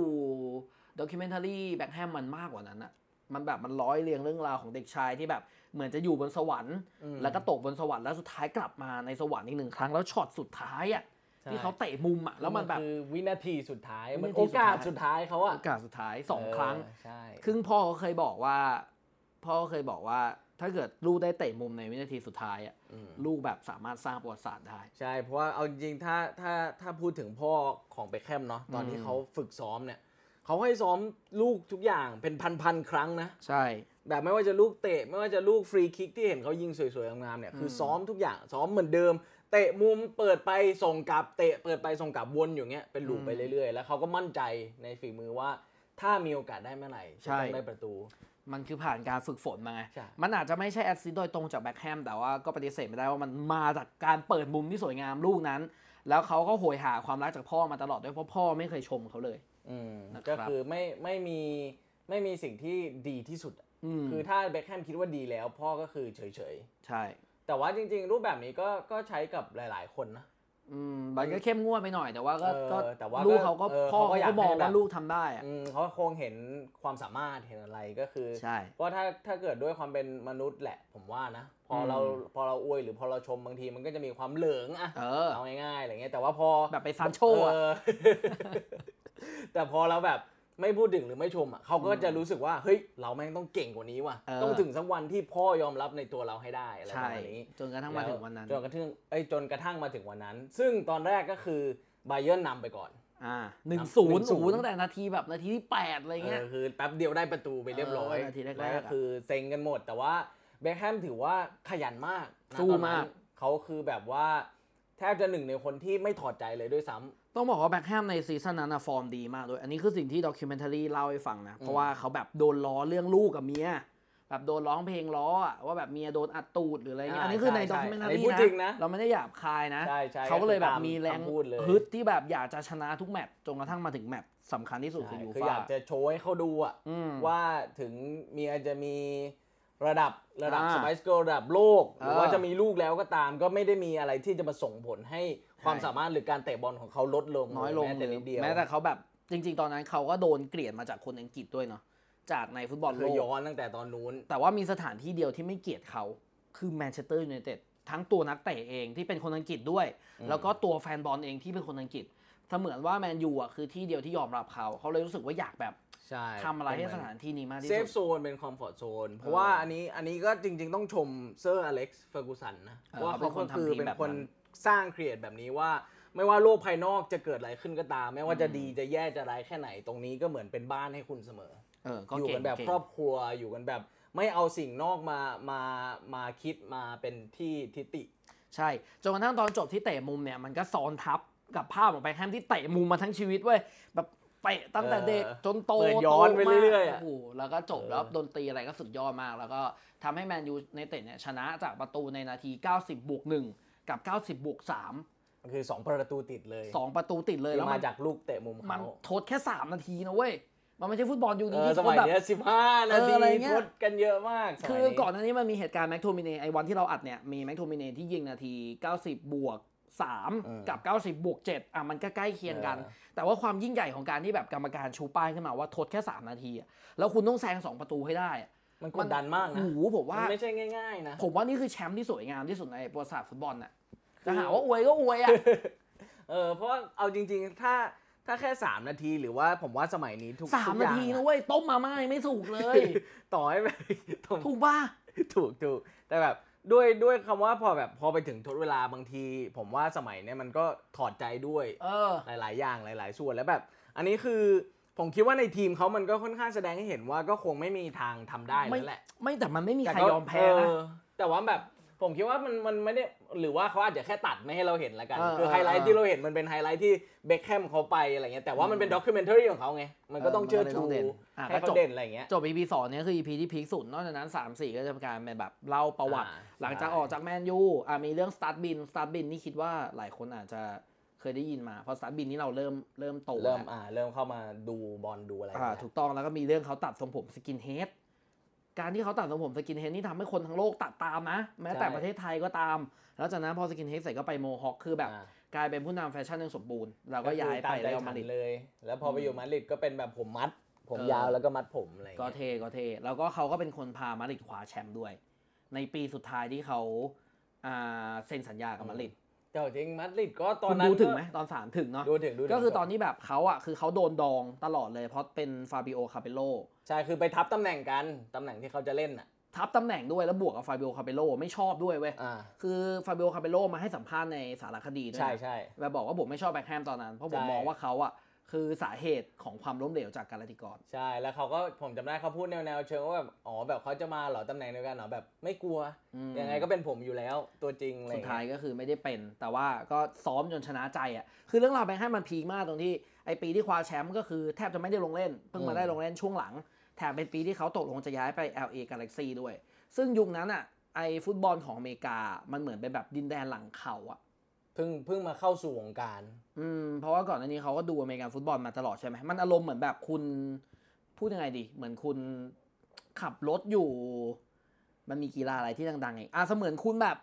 S1: ด็อกิเมนทารีแบ็คแฮมมันมากกว่านั้นอะมันแบบมันร้อยเรียงเรื่องราวของเด็กชายที่แบบเหมือนจะอยู่บนสวรรค์
S2: อืม
S1: แล้วก็ตกบนสวรรค์แล้วสุดท้ายกลับมาในสวรรค์อีกหนึ่งครั้งแล้วช็อตสุดท้ายอะ
S2: ใช่
S1: ที่เขาเตะมุมอะแล้วมันแบบ
S2: คือวินาทีสุดท้าย
S1: วิ
S2: มัน
S1: นาที
S2: โอ
S1: สุดท้าย
S2: กาสสุดท้ายเขาอะ
S1: โอกาสสุดท้ายสองครั้ง
S2: เออใช่
S1: ครึ่งพ่อก็เคยบอกว่า พ่อก็เคยบอกว่า ถ้าเกิดลูกได้เตะมุมในวินาทีสุดท้ายอะ
S2: ม
S1: ลูกแบบสามารถสร้างประวัติศาสตร์ได้
S2: ใช่ เพราะว่าเอาจริงๆถ้าถ้าถ้าพูดถึงพ่อของเบคแคมเนาะตอนที่
S1: อืม
S2: เขาฝึกซ้อมเนี่ยเขาให้ซ้อมลูกทุกอย่างเป็นพันๆครั้งนะ
S1: ใช่
S2: แบบไม่ว่าจะลูกเตะ ไม่ว่าจะลูกฟรีคิกที่เห็นเขายิงสวยๆงามๆเนี่ยคือซ้อมทุกอย่างซ้อมเหมือนเดิม เตะมุมเปิดไปส่งกลับเตะเปิดไปส่งกลับวนอยู่เงี้ยเป็นลูปไปเรื่อยๆ แล้วเขาก็มั่นใจในฝีมือว่า ถ้ามีโอกาสได้เมื่อไหร่จะต้อ
S1: ใช่
S2: งได้ประตู
S1: มันคือผ่านการฝึกฝนมาไง
S2: ใช่
S1: มันอาจจะไม่ใช่แอสซิสต์โดยตรงจากแบ็คแฮมแต่ว่าก็ปฏิเสธไม่ได้ว่ามันมาจากการเปิดมุมที่สวยงามลูกนั้น แล้วเขาก็โหยหาความรักจากพ่อมาตลอดด้วยเพราะพ่อไม่เคยชมเขาเลย
S2: อืม
S1: นะครับ
S2: ก็คือไม่ไม่มีไม่มีสิ่งที่ดีที่สุดอะ
S1: อืม
S2: คือถ้าเบคแฮมคิดว่าดีแล้ว พ่อก็คือเฉย
S1: ใช่
S2: ๆ แต่ว่าจริงๆ รูปแบบนี้ก็ก็ใช้กับหลายๆคนนะ
S1: อืมมันก็เข้มงวดไปหน่อยแต่ว่าก็
S2: เออ
S1: ก็
S2: แต่ว่าก็
S1: ลูกเขาก็
S2: เออ
S1: พ่อ
S2: เขาก็
S1: เขา
S2: อยาก
S1: ก็มอง
S2: ให้แบบ
S1: ว่าลูกทำได้อะ
S2: อืมเขาคงเห็นความสามารถเห็นอะไรก็คือ
S1: ใช่
S2: เพราะถ้าถ้าเกิดด้วยความเป็นมนุษย์แหละ ผมว่านะ พอ
S1: ม
S2: อเราพอเราอวยหรือพอเราชมบางทีมันก็จะมีความเหลืองอะ
S1: เออ
S2: เอาง่ายๆอะไรเงี้ยแต่ว่าพอ
S1: แบบไปซานโชอะ
S2: เแต่พอเราแบบไม่พูดถึงหรือไม่ชมอะเขาก็จะรู้สึกว่าเฮ้ยเราแม่งต้องเก่งกว่านี้ว่ะ
S1: เออ
S2: ต้องถึงสักวันที่พ่อยอมรับในตัวเราให้ได้อะไรป
S1: ใช่
S2: ระมาณนี้
S1: จนกระทั่งมาถึงวันนั้น
S2: จนกระทั่งเอ้ยจนกระทั่งมาถึงวันนั้น ซึ่งตอนแรกก็คือไบเยิร์นนำไปก่อน
S1: อ่าหนึ่งศูนย์
S2: 1-0
S1: โอ้โหตั้งแต่นาทีแบบนาทีที่แปดอะไรเงี้ย
S2: เออคือแป๊บเดียวได้ประตูไปเรียบร้อย
S1: เออนาทีแรกๆ
S2: วคือเซ็งกันหมด แต่ว่าเบคแฮมถือว่าขยันมากนะ
S1: สู้
S2: ตอนนั้น
S1: มาก
S2: เขาคือแบบว่าแทบจะหนึ่งในคนที่ไม่ถอดใจเลยด้วยซ้ำ
S1: ต้องบอกว่าแบ็คแฮมในซีซั่นนั้นนะฟอร์มดีมากด้วย อันนี้คือสิ่งที่ด็อกิเมนทารีเล่าให้ฟังนะ เพราะว่าเขาแบบโดนล้อเรื่องลูกกับเมีย แบบโดนร้องเพลงล้ออะว่าแบบเมียโดนอัดตูดหรืออะไรเงี้ย
S2: อ่า
S1: อันนี้คือใน
S2: ใช่
S1: ด็อกิเมนทา
S2: อัน
S1: รี
S2: นี้พูดจริงนะ
S1: เราไม่ได้หยาบคายนะ
S2: ใช่ใช่
S1: เขาก็เลยแบบมี
S2: คือ
S1: แร
S2: ตาง คำพูดเลย
S1: ฮึดที่แบบอยากจะชนะทุกแมตช์จนกระทั่งมาถึงแมตช์สำคัญที่สุด
S2: ใช่
S1: คือยู
S2: คือ
S1: ฟ่าย
S2: อากจะโชว์ให้เขาดูอะ
S1: อืม
S2: ว่าถึงเมียจะมีระดับระดับ
S1: อ่า
S2: สไปซ์เกิลระดับโลก หรือ
S1: เออ
S2: ว่าจะมีลูกแล้วก็ตามก็ไม่ได้มีอะไรที่จะมาส่งผลให้ความ
S1: ใช่
S2: สามารถหรือการเตะบอลของเขาลดลง
S1: น้อยลง
S2: แม้
S1: ห
S2: แต่
S1: รือ
S2: นิดเดียว
S1: แม้แต่เขาแบบจริง ๆ ตอนนั้นเขาก็โดนเกลียดมาจากคนอังกฤษด้วยเนาะจากในฟุตบอล
S2: คื
S1: โล
S2: อก ย้อนตั้งแต่ตอนนู้น
S1: แต่ว่ามีสถานที่เดียวที่ไม่เกลียดเขาคือแมนเชสเตอร์ยูไนเต็ดทั้งตัวนักเตะเองที่เป็นคนอังกฤษด้วย
S2: อืม
S1: แล้วก็ตัวแฟนบอลเองที่เป็นคนอังกฤษเสมือนว่าแมนยูอ่ะคือที่เดียวที่ยอมรับเขา เขาเลยรู้สึกว่าอยากแบบ
S2: ใช่
S1: ทำอะไรให้ส
S2: เป็นเมืน
S1: ถานที่นี้มากที่
S2: เซฟ
S1: สุด
S2: โซนเป็นคอมฟอร์ z โซนเพราะว่าอันนี้อันนี้ก็จริง ๆ ต้องชมเซอร์อเล็กซ์เฟอร์กูสันนะ
S1: เออ
S2: ว่าเขา
S1: เขาเป็
S2: ก็
S1: นคน
S2: คือ
S1: ทำทีม
S2: เป็น
S1: แบบนั้น
S2: คนสร้างครีเอทแบบนี้ว่า ไม่ว่าโลกภายนอกจะเกิดอะไรขึ้นก็ตาม ไม่ว่าจะ
S1: อืม
S2: ดีจะแย่จะร้ายแค่ไหนตรงนี้ก็เหมือนเป็นบ้านให้คุณเสมอ
S1: เออก็
S2: อยู่
S1: เก่
S2: กั
S1: ง
S2: นแบบ
S1: เก่ง
S2: ครอบครัวอยู่กันแบบไม่เอาสิ่งนอกมามามาคิดมาเป็นที่ทิติ
S1: ใช่จนกระทั่งตอนจบที่เตะมุมเนี่ยมันก็ซ้อนทับกับภาพของแบ็คแฮมที่เตะมุมมาทั้งชีวิตเว้ยแบบเตะตั้งแต่เด็ก
S2: เออ
S1: จนโต
S2: เหมือนย้อนไปเรื่อย
S1: โตมาก
S2: ๆอะ
S1: โอ้โหแล้วก็จบ
S2: เออ
S1: แล้วดนตรีอะไรก็สุดยอดมาก แล้วก็ทำให้แมนยูในเตะเนี่ยชนะจากประตูในนาที 90บวก1กับ 90บวก3
S2: คือสองประตูติดเลย
S1: 2ประตูติดเลย
S2: ที่
S1: แล้ว
S2: มา
S1: มัน
S2: จากลูกเตะมุม
S1: มัน
S2: เขา
S1: ทดแค่ 3 นาทีนะเว้ย มันไม่ใช่ฟุตบอลยู
S2: เอ
S1: นี้
S2: อ
S1: ที่
S2: ส
S1: ท
S2: มั
S1: ด
S2: ย
S1: แบบ
S2: เนี้ยสิบห้านา
S1: เออ
S2: ที
S1: อะไรเงี้ย
S2: ทดกันเยอะมากสมัย
S1: คือ
S2: นี้
S1: ก่อนหน้านี้มันมีเหตุการณ์แม็กโทมิเนไอวันที่เราอัดเนี่ยมีแม็กโทมิเนที่ยิงนาที 90 บวก
S2: อืม
S1: 3 กับ 90 บวก 7 อ่ะมันก็ใกล้เคียงกัน
S2: เออ
S1: แต่ว่าความยิ่งใหญ่ของการที่แบบกรรมการชูป้ายขึ้นมาว่าทดแค่ 3 นาทีอ่ะแล้วคุณต้องแซง 2 ประตูให้ได้อ่ะ
S2: มันกดดันมากนะ
S1: โอ้โหผมว่าม
S2: นไม่ใช่ง่าย ๆ นะ
S1: ผมว่านี่คือแชมป์ที่สวยงามที่สุดในประวัติศาสตร์ฟุตบอลน่ะจะหาว่าอวยก็อวย อ่ะ
S2: เออ เพราะว่าเอาจริง ๆ ถ้าถ้าแค่ 3 นาทีหรือว่าผมว่าสมัยนี้ทุก
S1: สาม
S2: ทุก
S1: นา
S2: อย่ง
S1: ทีนะ
S2: อ
S1: เว้ยต้มมาม่ายังไม่สุกเลย
S2: ต่อให้แบบ ถูก
S1: ถูกป่ะ
S2: ถูกถูกแต่แบบด้วยด้วยคำว่าพอแบบพอไปถึงทดเวลาบางที ผมว่าสมัยเนี้ยมันก็ถอดใจด้วย
S1: เออ
S2: หลาย ๆ อย่างหลาย ๆ ส่วนแล้วแบบ อันนี้คือผมคิดว่าในทีมเขามันก็ค่อนข้างแสดงให้เห็นว่าก็คงไม่มีทางทำได้แล้วแหละ
S1: ไม่แต่มันไม่มีใคร
S2: ก็
S1: ยอมแพ้นะ
S2: เออแต่ว่าแบบผมคิดว่ามันมันไม่ได้หรือว่าเขาอาจจะแค่ตัดไม่ให้เราเห็นละกัน
S1: เออ
S2: คือไฮไลท์
S1: เออ
S2: ที่เราเห็นมันเป็นไฮไลท์ที่เบคแฮมเขาไปอะไรเงี้ยแต่ว่ามันเป็นด็อกิเมนทารีของเขาไง มันก็ต้องเชื่อ
S1: มันก็เลยต้
S2: ชู
S1: องเด่นอ่ะ
S2: ให้
S1: ก็จบ
S2: เขาเด่นอะไรเงี้ย
S1: จบ EP สองเนี่ยคือ EP ที่พีคสุด นอกจากนั้น 3 4 ก็จะเป็นการเป็นแบบเล่าประวัติ
S2: อ่า
S1: หลังจาก
S2: ใช่
S1: ออกจากแมนยูอ่ะมีเรื่องสตาร์ทบินสตาร์ทบินนี่คิดว่าหลายคนอาจจะเคยได้ยินมา เพราะสตาร์ทบินนี่เราเริ่มเริ่มโต
S2: เริ่ม
S1: แล้ว
S2: อ่าเริ่มเข้ามาดูบอลดูอะไร
S1: อ่า
S2: เงี้ย
S1: ถูกต้องแล้วก็มีเรื่องเขาตัดทรงผมสกินเฮดการที่เขาตัดทรงผมสกินเฮดนี่ทำให้คนทั้งโลกตัดตามนะ แม้แต่ประเทศไทยก็ตาม แล้วจากนั้นพอสกินเฮดใส่ก็ไปโมฮอคคือแบบ
S2: อ่าก
S1: ลายเป็นผู้นำแฟชั่นอย่างสมบูรณ์เราก็
S2: คือ
S1: ย้ายไป
S2: ตมใจ
S1: เรอัลมา
S2: ฉัน
S1: ดริด
S2: เลย แล้วพอไปอยู่มาดริดก็เป็นแบบผมมัด ผม
S1: เออ
S2: ยาวแล้วก็มัดผมอะไร
S1: ก็
S2: เงี้ย
S1: เทก็เทแล้วก็เขาก็เป็นคนพามาดริดคว้าแชมป์ด้วย ในปีสุดท้ายที่เขาอ่าเซ็นสัญญากับมาดริด
S2: เจ้าจริงมาดริดก็ตอ
S1: คุ
S2: น
S1: ณ
S2: นั้น
S1: ดู
S2: ก็
S1: ถึงไหมตอนสามถึงเนาะ
S2: ดูถึงดูถึง
S1: ก็คือตอนที่แบบเขาอ่ะคือเขาโดนดองตลอดเลยเพราะเป็นฟาบิโอคาเปโล
S2: ใช่คือไปทับตำแหน่งกันตำแหน่งที่เขาจะเล่นอ่ะ
S1: ทับตำแหน่งด้วยแล้วบวกกับฟาบิโอคาเปโลไม่ชอบด้วยเว้ย
S2: อ่า
S1: คือฟาบิโอคาเปโลมาให้สัมภาษณ์ในสารคดีด้วย
S2: ใช่
S1: นะ
S2: ใช่
S1: แบบบอกว่าผมไม่ชอบแบ็คแฮมตอนนั้น เพราะผม
S2: ใช่
S1: มองว่าเขาอ่ะคือสาเหตุของความล้มเหลวจากการลติกร
S2: ใช่ แล้วเขาก็ผมจำได้เขาพูดแนวๆเชิงว่าแบบ อ๋อ แบบเขาจะมาเหรอตำแหน่งเดียวกันเหรอ แบบไม่กลัว
S1: อืม
S2: ยังไงก็เป็นผมอยู่แล้ว ตัวจริงอะไรอ
S1: สุด
S2: งเล
S1: ท้ายก็คือไม่ได้เป็น แต่ว่าก็ซ้อมจนชนะใจอ่ะ คือเรื่องราวแบงค์ให้มันพีคมากตรงที่ไอปีที่คว้าแชมป์ก็คือแทบจะไม่ได้ลงเล่น เพิ่งมาได้ลงเล่นช่วงหลัง แถมเป็นปีที่เขาตกลงจะย้ายไป LA Galaxy ด้วย ซึ่งยุคนั้นอ่ะไอฟุตบอลของอเมริกา มันเหมือนเป็นแบบดินแดนหลังเขาอ่ะ
S2: เพิ่งเพิ่งมาเข้าสู่วงการ
S1: อืม เพราะว่าก่อนหน้านี้เขาก็ดูอเมริกันฟุตบอลมาตลอดใช่ไหม มันอารมณ์เหมือนแบบคุณพูดยังไงดี เหมือนคุณขับรถอยู่ มันมีกีฬาอะไรที่ดังๆไงอ่ะเสมือนคุณแบบ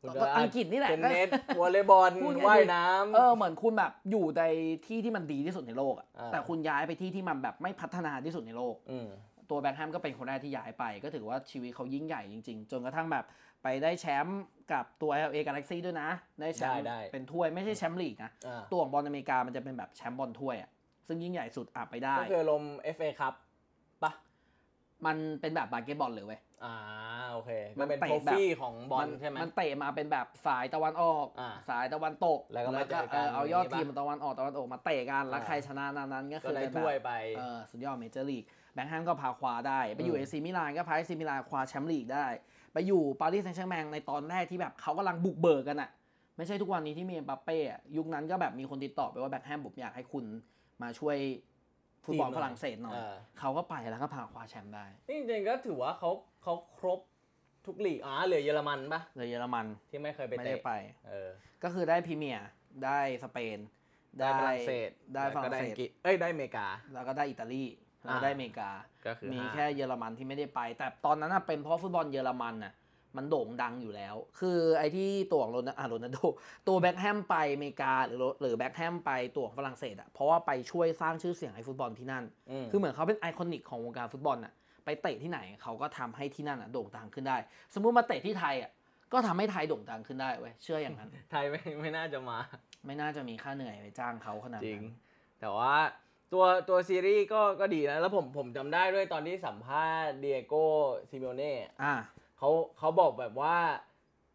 S2: คุณก็
S1: อังกฤษนี่แหละ
S2: เทนเนส วอลเลย์บอล
S1: พูดไงดิ
S2: ว่ายน้ำ
S1: เออเหมือนคุณแบบอยู่ในที่ที่มันดีที่สุดในโลกอะ
S2: อ่า
S1: แต่คุณย้ายไปที่ที่มันแบบไม่พัฒนาที่สุดในโลก
S2: ม
S1: ตัวแบ็คแฮมก็เป็นคนแรกที่ย้ายไป ก็ถือว่าชีวิตเขายิ่งใหญ่จริงๆ จนกระทั่งแบบไปได้แชมป์กับตัว LA Galaxy ด้วยนะ ได้แชมป์เป็นถ้วยไม่ใช่แชมป์ลีกนะ
S2: อ่า
S1: ตัวของบอลอเมริกามันจะเป็นแบบแชมป์บอลถ้วยอะซึ่งยิ่งใหญ่สุดอ่ะไปได้
S2: ก็คือลม FA ครับปะ
S1: มันเป็นแบบบาสเกตบอลเลยเว้ย
S2: อ่าโอ โอเค
S1: มั
S2: มัน
S1: น
S2: เป็น
S1: เตะ
S2: โท
S1: แบบ
S2: ฟี่ของบอลใช่ไหม
S1: มันเตะมาเป็นแบบสายตะวันออก
S2: อ่า
S1: สายตะวันตก
S2: แล้วก็มาเจอกัน
S1: เออเอายอด
S2: อย่างนี้
S1: ทีม
S2: ปะ
S1: ตะวันออกตะวันตกมาเตะกันแล้ว
S2: อ่า
S1: ใครชนะนั้นนั้นก็
S2: ก็
S1: คือ
S2: ได้
S1: เป็นแบบ
S2: ถ้วยไป
S1: เออสุดยอดเมเจอร์ลีกแบงค์แฮมก็พาคว้าได้ ไปอยู่
S2: อืม
S1: เอซีมิลานก็พาเอซีมิลานคว้าแชมป์ลีกได้ ไปอยู่ปารีสแซงต์แชร์แมงในตอนแรกที่แบบเขากำลังบุกเบิกกันอะไม่ใช่ทุกวันนี้ที่มีเอ็มบัปเป้อะยุคนั้นก็แบบมีคนติดต่อไปว่าแบ็คแฮมผมอยากให้คุณมาช่วยฟุตบอล
S2: ทีมหน่อย
S1: ฝรั่งเศสหน่อย
S2: เออ
S1: เขาก็ไปแล้วก็พาคว้าแชมป์ได้
S2: นี่จริงๆก็ถือว่าเขาเขาครบทุกลีกอ๋อเหลือเยอรมันปะ
S1: เลยเยอรมัน
S2: ที่ไม่เคยไป
S1: ไม่
S2: เตะ
S1: ได้ไป
S2: เออ
S1: ก็คือได้พรีเมียร์ได้สเปน
S2: ได้ฝรั่งเศส
S1: ได้ฝรั่งเศ
S2: แล้วก็ได้อั
S1: ส
S2: งกฤษเอ้ยได้อเมริกา
S1: แล้วก็ได้อิตาลีแล้วก็
S2: อ่า
S1: ได้อเมริกา
S2: ก็คือ
S1: มี
S2: ห้า
S1: แค่เยอรมันที่ไม่ได้ไป แต่ตอนนั้นน่ะเป็นเพราะฟุตบอลเยอรมันน่ะมันโด่งดังอยู่แล้ว คือไอ้ที่ตัวของโรนลอ่ะโรนัลโดตัวแบ็คแฮมไปอเมริกาหรือโรหรือแบ็คแฮมไปตัวของฝรั่งเศสอ่ะเพราะว่าไปช่วยสร้างชื่อเสียงให้ฟุตบอลที่นั่น คือเหมือนเขาเป็นไอคอนิกของวงการฟุตบอลน่ะไปเตะที่ไหนเขาก็ทำให้ที่นั่นน่ะโด่งดังขึ้นได้ สมมุติมาเตะที่ไทยอ่ะก็ทำให้ไทยโด่งดังขึ้นได้เว้ยเชื่ออย่างนั้น
S2: ไทยไม่ไม่น่าจะมา
S1: ไม่น่าจะมีค่าเหนื่อยไปจ้างเขาขนาด
S2: จริง
S1: นั้น
S2: แต่ว่าตัวตัวซีรีส์ก็ก็ดีนะแล้วผมผมจำได้ด้วยตอนที่สัมภาษณ์เดียโก้ซิโมเน่
S1: อ่ะ
S2: เขาเขาบอกแบบว่า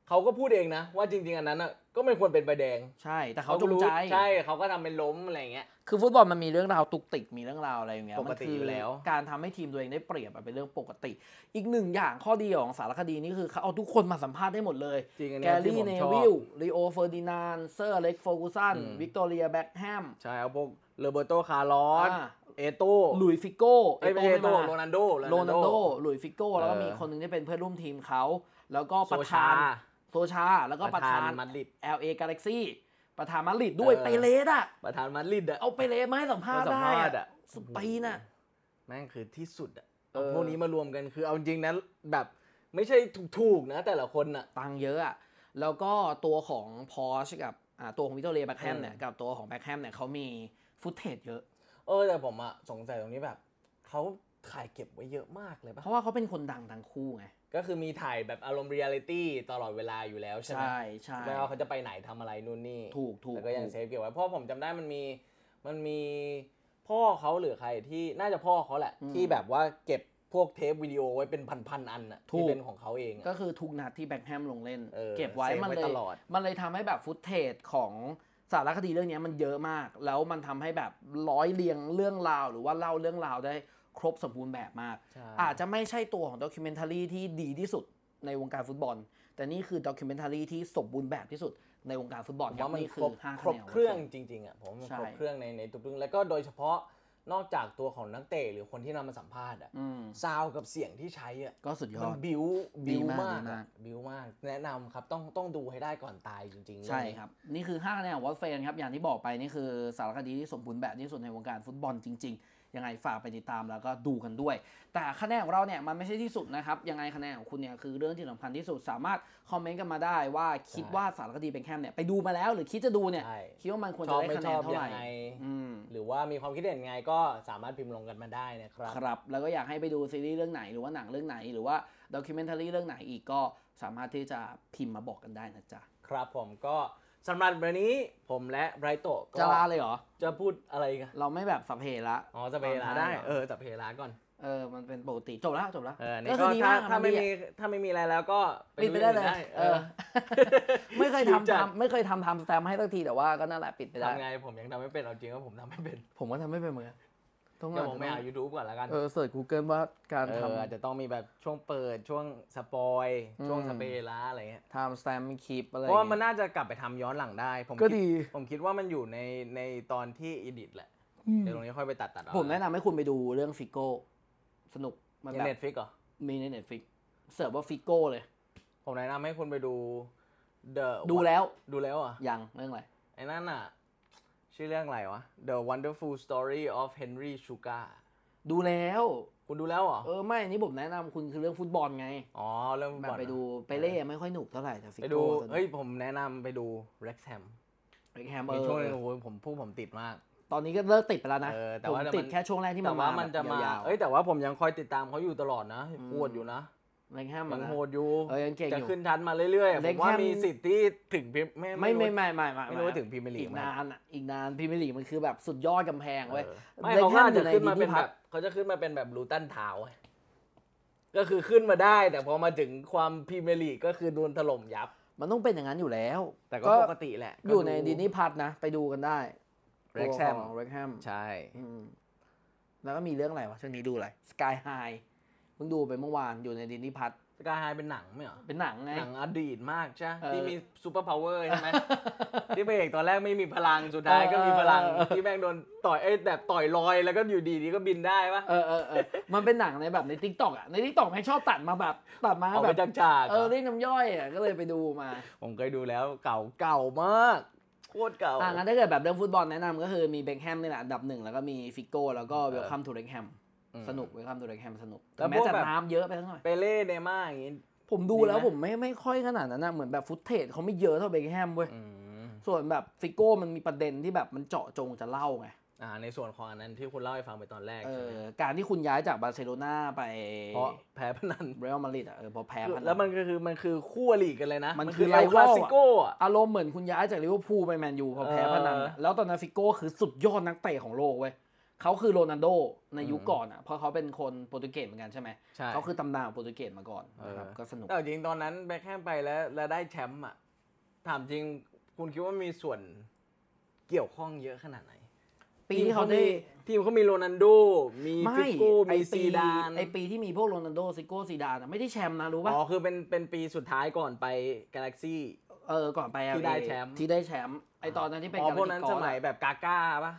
S2: เขาก็พูดเองนะ ว่าจริง ๆ อันนั้นอ่ะก็ไม่ควรเป็นใบแดง
S1: ใช่แต่เขาจงใจ
S2: ใช่เขาก็ทำเป็นล้มอะไรเงี้ย
S1: คือฟุตบอลมันมีเรื่องราวตุกติกมีเรื่องราวอะไรอย่างเงี้ย
S2: ปกติ
S1: มันคื
S2: ยู่แล้ว
S1: การทำให้ทีมตัวเองได้เปรียบอะเป็นเรื่องปกติ อีกหนึ่งอย่างข้อดีของสารคดีนี่คือเขาเอาทุกคนมาสัมภาษณ์ได้หมดเลย
S2: จริงอัน
S1: แก
S2: เนี้ยที่
S1: รี่
S2: ผม
S1: เน
S2: ชอบ
S1: วิลลีโอเฟอร์ดินานเซอร์อเล็กซ์เฟอร์กูสัน
S2: อืม
S1: วิกตอเรียแบ็กแฮม
S2: ใช่เอาพวกเรเบโตคาร์ลอส
S1: อ่า
S2: เอโต
S1: หลุยส์ฟิโก้
S2: เอ้ยไม่ใช่เอโต
S1: มา
S2: โรนัลโด
S1: โรนัลโดหลุยส์ฟิโก้แล้วก็
S2: เออ
S1: มีคนหนึ่งที่เป็นเพื่อนร่วมทีมเขา แล้วก็
S2: โซ
S1: ประ
S2: ชา
S1: ธาน โซชา แล้วก็ประธาน
S2: มาดริด
S1: LA Galaxy ประธานมาดริดด้วย
S2: เออ
S1: เปเรสอะ
S2: ประธานมาดริดอะ
S1: เอาเปเรสมาให้สัมภาษณ์
S2: มาสัม
S1: ได้
S2: ภาษณ์
S1: อะ
S2: อะ
S1: สเปนอะ
S2: แม่งคือที่สุดอะ
S1: เอ
S2: เอา
S1: อ
S2: พวกนี้มารวมกันคือเอาจริงนะแบบไม่ใช่ถูกๆนะ แต่ละคนอะ
S1: ตังค์เยอะอะแล้วก็ตัวของพอชกับอ่าตัวของวิ c ตอเรียแบ็คแฮม
S2: อืม
S1: เนี่ยกับตัวของแบ็คแฮมเนี่ยเขามีฟุตเทจเยอะ
S2: เออแต่ผมอะสงสัยตรงนี้แบบเขาถ่ายเก็บไว้เยอะมากเลย
S1: เพ
S2: ปะ่ะ
S1: ราะว่าเขาเป็นคนดังทั้งคู่ไง
S2: ก็คือมีถ่ายแบบอารมณ์เรียลิตี้ตลอดเวลาอยู่แล้วใช่ไหม
S1: ใช่ใช่
S2: ไม่ว่าเขาจะไปไหนทำอะไรนู่นนี่
S1: ถูกถูก
S2: แล้วก็ยัง
S1: ถูก
S2: เซฟเก็บไว้เพราะผมจำได้มันมีมันมีพ่อเขาหรือใครที่น่าจะพ่อเขาแหละ ที่แบบว่าเก็บพวกเทปวิดีโอไว้เป็นพันๆอันอะที่เป็นของเขาเองอะ
S1: ก็คือทุกนัดที่แบ็คแฮมลงเล่น
S2: เออ
S1: เก็บไว้
S2: เซฟไว้
S1: มันเลย
S2: ตลอด
S1: มันเลยทำให้แบบฟุตเทจของสารคดีเรื่องเนี้ยมันเยอะมาก แล้วมันทำให้แบบร้อยเรียงเรื่องราว หรือว่าเล่าเรื่องราวได้ครบสมบูรณ์แบบมาก
S2: ใช่
S1: อาจจะไม่ใช่ตัวของด็อกิเมนทารีที่ดีที่สุดในวงการฟุตบอล แต่นี่คือด็อกิเมนทารีที่สมบูรณ์แบบที่สุดในวงการฟุตบอล
S2: ผม
S1: ครับ
S2: ว่ามัน
S1: นี่
S2: ค
S1: คื
S2: ร
S1: อบ
S2: ครบ
S1: ห้าะแนน
S2: เครื่องจริงๆอ่ะผมว่ามัน
S1: ใช่
S2: ครบเครื่องในในทุกเรื่องแล้วก็โดยเฉพาะนอกจากตัวของนักเตะหรือคนที่นำมาสัมภาษณ์อ่ะ
S1: อืม
S2: ซาวด์กับเสียงที่ใช้อ่ะ
S1: ก็สุดยอ
S2: มัน
S1: ด
S2: บิวบิว
S1: ดีมาม
S2: าก ก
S1: ดีมาก
S2: อะบิวมาก แนะนำครับต้องต้องดูให้ได้ก่อนตายจริงๆ
S1: ใช่
S2: เองนี้
S1: ครับ นี่คือห้าคะแนนของวอตเฟนครับ อย่างที่บอกไปนี่คือสารคดีที่สมบูรณ์แบบที่สุดในวงการฟุตบอลจริงๆ ยังไงฝากไปติดตามแล้วก็ดูกันด้วย แต่คะแนนของเราเนี่ยมันไม่ใช่ที่สุดนะครับ ยังไงคะแนนของคุณเนี่ยคือเรื่องที่สำคัญที่สุด สามารถคอมเมนต์กันมาได้ว่าคิดว่าสารคดีเป็นแคมเนี่ยไปดูมาแล้วหรือคิดจะดูเนี่ย
S2: ใช่
S1: คิดว่ามันควร
S2: ช
S1: จะ
S2: อบ
S1: ได้
S2: ไม่
S1: คะ
S2: ช
S1: แน
S2: อน บ
S1: เท่า
S2: ยั
S1: ไหร่
S2: งไง
S1: อืม
S2: หรือว่ามีความคิดเห็นยังไงก็สามารถพิมพ์ลงกันมาได้นะครับ
S1: ครับแล้วก็อยากให้ไปดูซีรีส์เรื่องไหนหรือว่าหนังเรื่องไหน หรือว่าด็อกิเมนทารีเรื่องไหนอีกก็สามารถที่จะพิมพ์มาบอกกันได้นะจ๊ะ
S2: ครับผมก็สำหรับวันนี้ผมและไบรโตะก็
S1: จะลาเลยเหรอ
S2: จะพูดอะไรอีกัน
S1: เราไม่แบบสัพเพละ
S2: อ๋อจะเพลาได้เออจะเพลาก่อน
S1: เออมันเป็นปกติจบแล้วจบแล้ว
S2: เออนี่
S1: ก็
S2: ก็ถ้าม
S1: ดีาก
S2: ถ้าไม่
S1: น
S2: มีถ้าไม่มีอะไรแล้วก็
S1: ปิดไปได้เลย
S2: เอ
S1: เอ
S2: อ
S1: อ ไม่เคย
S2: ชิว
S1: ทำ
S2: จัด
S1: ตามไม่เคยทำทำสแตมป์ให้สักทีแต่ว่าก็นั่นแหละปิดไปได้
S2: ทำไงผมยังทำไม่เป็นเอาจริงว่าผมทำไม่เป็น
S1: ผมก็ทำไม่เป็นเหมือนกันต้อง
S2: เดี๋ยวผมไปหา YouTube ก่อนแล้วกัน
S1: เออเสิร์ช Google ว่าการ
S2: เอออาจ
S1: ทำ
S2: จะต้องมีแบบช่วงเปิดช่วงสปอย
S1: อืม
S2: ช่วงสเปร่าอะไรเงี้ย
S1: ทำสแตมป์คลิปอะไร
S2: เพราะว่ามันน่าจะกลับไปทำย้อนหลังได้ผม
S1: ก็
S2: คิ
S1: ดี
S2: ผมคิดว่ามันอยู่ในในตอนที่อิดิทแหละ
S1: อืม
S2: เดี๋ยวตรงนี้ค่อยไปตัดตัดเอา
S1: ผมแนะนำให้คุณไปดูเรื่องฟิโก้สนุกมัน
S2: ใน
S1: แบบ
S2: เน็ตฟิกเหรอ
S1: มีใน Netflix เสิร์ฟว่าฟิโก้เลย
S2: ผมแนะนำให้คุณไปดู The
S1: ดูแล้ว
S2: ดูแล้วเหรอ่ะ
S1: ยังเรื่องอะไร
S2: ไอ้นั่นอ่ะ ชื่อเรื่องอะไรวะ The Wonderful Story of Henry Sugar
S1: ดูแล้ว
S2: คุณดูแล้วเหรอ
S1: เออ ไม่อันนี้ผมแนะนำคุณคือเรื่องฟุตบอลไง
S2: อ๋อเริ่ม
S1: แบบไปดูไปเล่ไม่ค่อยหนุกเท่าไหร่แต่ฟิ
S2: ไป
S1: โก้
S2: ดู
S1: สนุก
S2: เฮ้ยผมแนะนำไปดูเร็กแฮม
S1: เบคแฮมเอ
S2: มีช่วงหนึง
S1: อ
S2: โอ้โหผมพวกผมติดมาก
S1: ตอนนี้ก็เลิกติดไปแล้วนะ
S2: เออแต่
S1: ผม
S2: ว่า
S1: ติด
S2: มัน
S1: แค่ช่วงแรกที่
S2: แต่
S1: มัน
S2: ว่า
S1: มา
S2: มันจะ
S1: แบบ
S2: มาย
S1: าวๆ
S2: เอ้ยแต่ว่าผมยังคอยติดตามเขาอยู่ตลอดนะ
S1: อืม
S2: ปวดอยู่นะ
S1: เบคแฮมมั
S2: มัน น
S1: นะ
S2: โหดอยู่
S1: เออยังเก่ง
S2: จะ
S1: อยู่
S2: ขึ้นชั้นมาเรื่อยๆผ
S1: เร็
S2: ม
S1: ก
S2: ว่า
S1: แฮม
S2: มีสิทธิ์ที่ถึงพิมไม่
S1: ไม่ไม่
S2: รู้
S1: ไม่ไม่ไม่
S2: ไม่รู้ว่าถึง Premier League
S1: อีก
S2: ไหม
S1: นานอ่ะอีกนานพรีเมียร์ลีกมันคือแบบสุดยอดกำแพงเว้ย
S2: เออไม่
S1: บ
S2: เขา
S1: คแฮ
S2: ก็
S1: ม
S2: อาจจะ
S1: ยู่
S2: ขึ้นมา
S1: ที่
S2: เป็น
S1: พั
S2: แบ
S1: ก
S2: บเขาจะขึ้นมาเป็นแบบลูตันทาวน์ ก็คือขึ้นมาได้ แต่พอมาถึงความพรีเมียร์ลีกก็คือโดนถล่มยับ
S1: มันต้องเป็นอย่างนั้นอยู่แล้ว
S2: แต่ก็ปกติแหละ
S1: อยู่ในดินี่พัทนะ ไปดูกันได้
S2: แร็กแซม
S1: เร็กแฮม
S2: ใช่
S1: แล้วก็มีเรื่องอะไรวะช่วงนี้ดูอะไรสกายไฮเพิ่งดูไปเมื่อวานอยู่ในดินี่พัท
S2: สกายไฮเป็นหนังไหมเหรอ
S1: เป็นหนังไง
S2: หนังอดีตมากใช่ไหม
S1: เออ
S2: ที่มีซูเปอร์พาวเวอร์ใช่ไหม ที่พระเอกตอนแรกไม่มีพลังสุดท้ายก็มีพลัง
S1: เออเออเออ
S2: ที่แม่งโดนต่อยเอ้ยแบบต่อยลอยแล้วก็อยู่ดีๆก็บินได้ปะ
S1: เออเออเออมันเป็นหนังในแบบในทิกตอกอ่ะในทิกตอกแม่งชอบตัดมาแบบตัดมา
S2: ออก
S1: แบ
S2: ไป
S1: บ
S2: จากฉาก
S1: เออเรื่องน้ำย่อยอ่ะก็เลยไปดูมา
S2: ผมเคยดูแล้วเก่าเก่ามาก โคตรเก่า
S1: อ่างั้นถ้าเกิดแบบเรื่องฟุตบอลแนะนำก็คือมีเบคแฮมนี่แหละอันดับหนึ่งแล้วก็มีฟิกโก้แล้วก็เวลคัมทูเรกแฮม
S2: อืม
S1: สนุกเวลคัมทูเรกแฮมสนุก
S2: แล้ว
S1: แม้
S2: พวก
S1: จะ
S2: แบบ
S1: น้ำเยอะไปสักหน่อย
S2: เปเล่เนม่าอย่างงี้
S1: ผมดู
S2: ดี
S1: แล้ว
S2: ไหม
S1: ผมไม่ไม่ค่อยขนาดนั้นนะเหมือนแบบฟุตเทจเขาไม่เยอะเท่าเบคแฮมเว้ย
S2: อืม
S1: ส่วนแบบฟิกโก้มันมีประเด็นที่แบบมันเจาะจงจะเล่าไง
S2: อ่าในส่วนของอันนั้นที่คุณเล่าให้ฟังไปตอนแรก
S1: เอ
S2: ใช่ไหม
S1: อการที่คุณย้ายจากบาร์เซโลนาไป
S2: เพราะแพ้พนัน
S1: เรอัลมาดริดอ่ะเออพอแพ้พ
S2: แล้วมันก็คือมันคือคู่อริกันเลยนะ
S1: มัน
S2: คือ
S1: คือ
S2: ไล
S1: rival
S2: คาซิโก้อะ
S1: อารมณ์เหมือนคุณย้ายจากลิเวอร์พูลไปแมนยูพอแพ้พนันน่ะ
S2: เออ
S1: แล้วตอนนั้นฟิโก้คือสุดยอดนักเตะของโลกเว้ยเขาคือโรนัลโดในยุค
S2: อืม
S1: ก่อนอ่ะเพราะเขาเป็นคนโปรตุเกสเหมือนกันใช่ไหม
S2: ใช่
S1: เขาคือตำนานของโปรตุเกสมาก่อนนะครับ
S2: เออ
S1: ก็สนุก
S2: แต่จริงตอนนั้นแบ็คแฮมไปแล้ว แล้วได้แชมป์อ่ะ ถามจริงคุณคิดว่ามีส่วนเกี่ยวข้องเยอะขนาดไหน
S1: ปีที่เขาได้
S2: ทีมเขามีโรนันโด มี
S1: ไม่
S2: ฟิโก้
S1: ไอ
S2: มี
S1: ปี
S2: ซีดาน
S1: ไอปีที่มีพวกโรนัลโดซิโก้ซีดานอะไม่ได้แชมป์นะรู้ป่ะ
S2: อ๋อคือเป็นเป็นปีสุดท้ายก่อนไปกาแล็กซี่
S1: เออก่อนไป LA
S2: ที่ได้แชมป์
S1: ที่ได้แชมป์ไอตอนนั้นที่เป็น
S2: อ๋อพวกนั้น
S1: กาลา
S2: ส
S1: ติกอส
S2: มัยแบบกาก้าปะ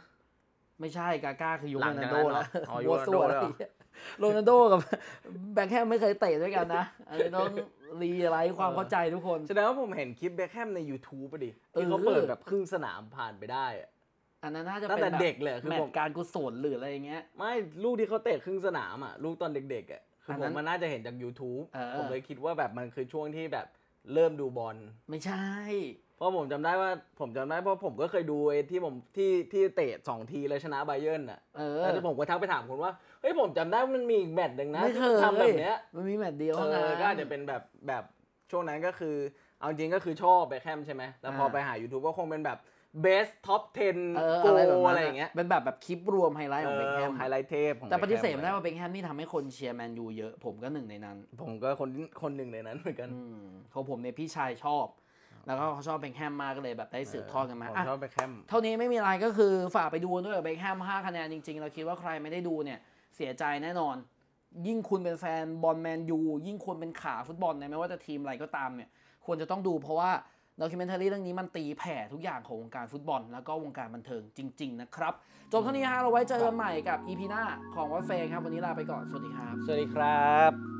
S1: ไม่ใช่กาก้าคือยุค
S2: หลั
S1: โรง นั
S2: จาก
S1: ลโด
S2: นั้นเหรอ
S1: แล้ว
S2: อ๋อยุ
S1: มั
S2: คว โรนัลโด
S1: ซั่ว
S2: แล้
S1: แล้วว
S2: เหรอ
S1: โรนัลโดกับ แบคแฮมไม่เคยเตะด้วยกันนะอันนี้ต้องรีไลท์ความเข้าใจทุกคน
S2: แสดงว่าผมเห็นคลิปแบ็คแฮมใน YouTube ปะดิ
S1: เออ
S2: ที่เขาเปิดแบบครึ่งสนามผ่านไปได้อะ
S1: อันนั้นน่าจะ
S2: ตั้ง
S1: เป็น
S2: แต่
S1: แบบ
S2: เด็กเลยคือ
S1: แม
S2: ผ
S1: ต
S2: ม
S1: ช์การกุศลหรืออะไรอย่างเงี้ย
S2: ไม่ลูกที่เขาเตะครึ่งสนามอ่ะลูกตอนเด็กๆอ่ะคืออน ผ
S1: นั้
S2: ม
S1: น
S2: มันน่าจะเห็นจาก YouTube
S1: เออ
S2: ผมเลยคิดว่าแบบมันคือช่วงที่แบบเริ่มดูบอล
S1: ไม่ใช่
S2: เพราะผมจำได้ว่าผมจำได้เพราะผมก็เคยดูไอ้ที่ผมที่ที่เตะสองทีแล้วชนะไบเยิร์นอ่ะ
S1: เออ
S2: แล้วผมก็ทักไปถามคุณว่าเฮ้ยผมจำได้ว่ามันมีอีกแมตช์หนึ่งนะ
S1: ไม่เคย
S2: ที่ทำแบบเนี้ย
S1: มันมีแมตช์เดียว
S2: เอ
S1: เท่านั้น
S2: อก็อาจจะเป็นแบบแบบช่วงนั้นก็คือ เอาจริงก็คือชอบแบ็คแฮมใช่ไหมแล้วพอ
S1: อ่า
S2: ไปหา YouTube ก็คงเป็นแบบ best top
S1: เอออะ
S2: 10 go
S1: ไรแบบนั้น
S2: อะไรอย่างเงี้ย
S1: เป็นแบบแบบคลิปรวมไฮไลท์ของเบคแฮม
S2: ไฮไลท์เทปของ
S1: แต่ปฏิเสธ
S2: แบ็
S1: ไม่
S2: คแฮ
S1: ได้
S2: ม
S1: ว่าเบคแฮมนี่ทำให้คนเชียร์แมนยูเยอะ ผมก็หนึ่งในนั้น
S2: ผมก็คนคนหนึ่งในนั้นเหมือนกัน
S1: อืมของผมเนี่ยพี่ชายชอบ แล้วก็เขาชอบเบคแฮมมากก็เลยแบบได้สืบทอดกันมา
S2: ผม
S1: อ่ะ
S2: ชอบแบ็คแฮม
S1: เท่านี้ไม่มีอะไรก็คือฝากไปดูด้วยกับเบคแฮม5คะแนนจริง ๆ เราคิดว่าใครไม่ได้ดูเนี่ย เสียใจแน่นอน ยิ่งคุณเป็นแฟนบอลแมนยูยิ่งคุณเป็นขาฟุตบอลเนี่ยไม่ว่าจะทีมอะไรก็ตามเนี่ย ควรจะต้องดูเพราะว่าด็อกิเมนทารีเรื่องนี้มันตีแผ่ทุกอย่างของวงการฟุตบอล แล้วก็วงการบันเทิงจริง ๆ นะครับจบเท่านี้ฮะเราไว้เจอกันใหม่กับ EP หน้าของวัฟเฟงครับวันนี้ลาไปก่อนสวัสดีครับ
S2: สวัสดีครับ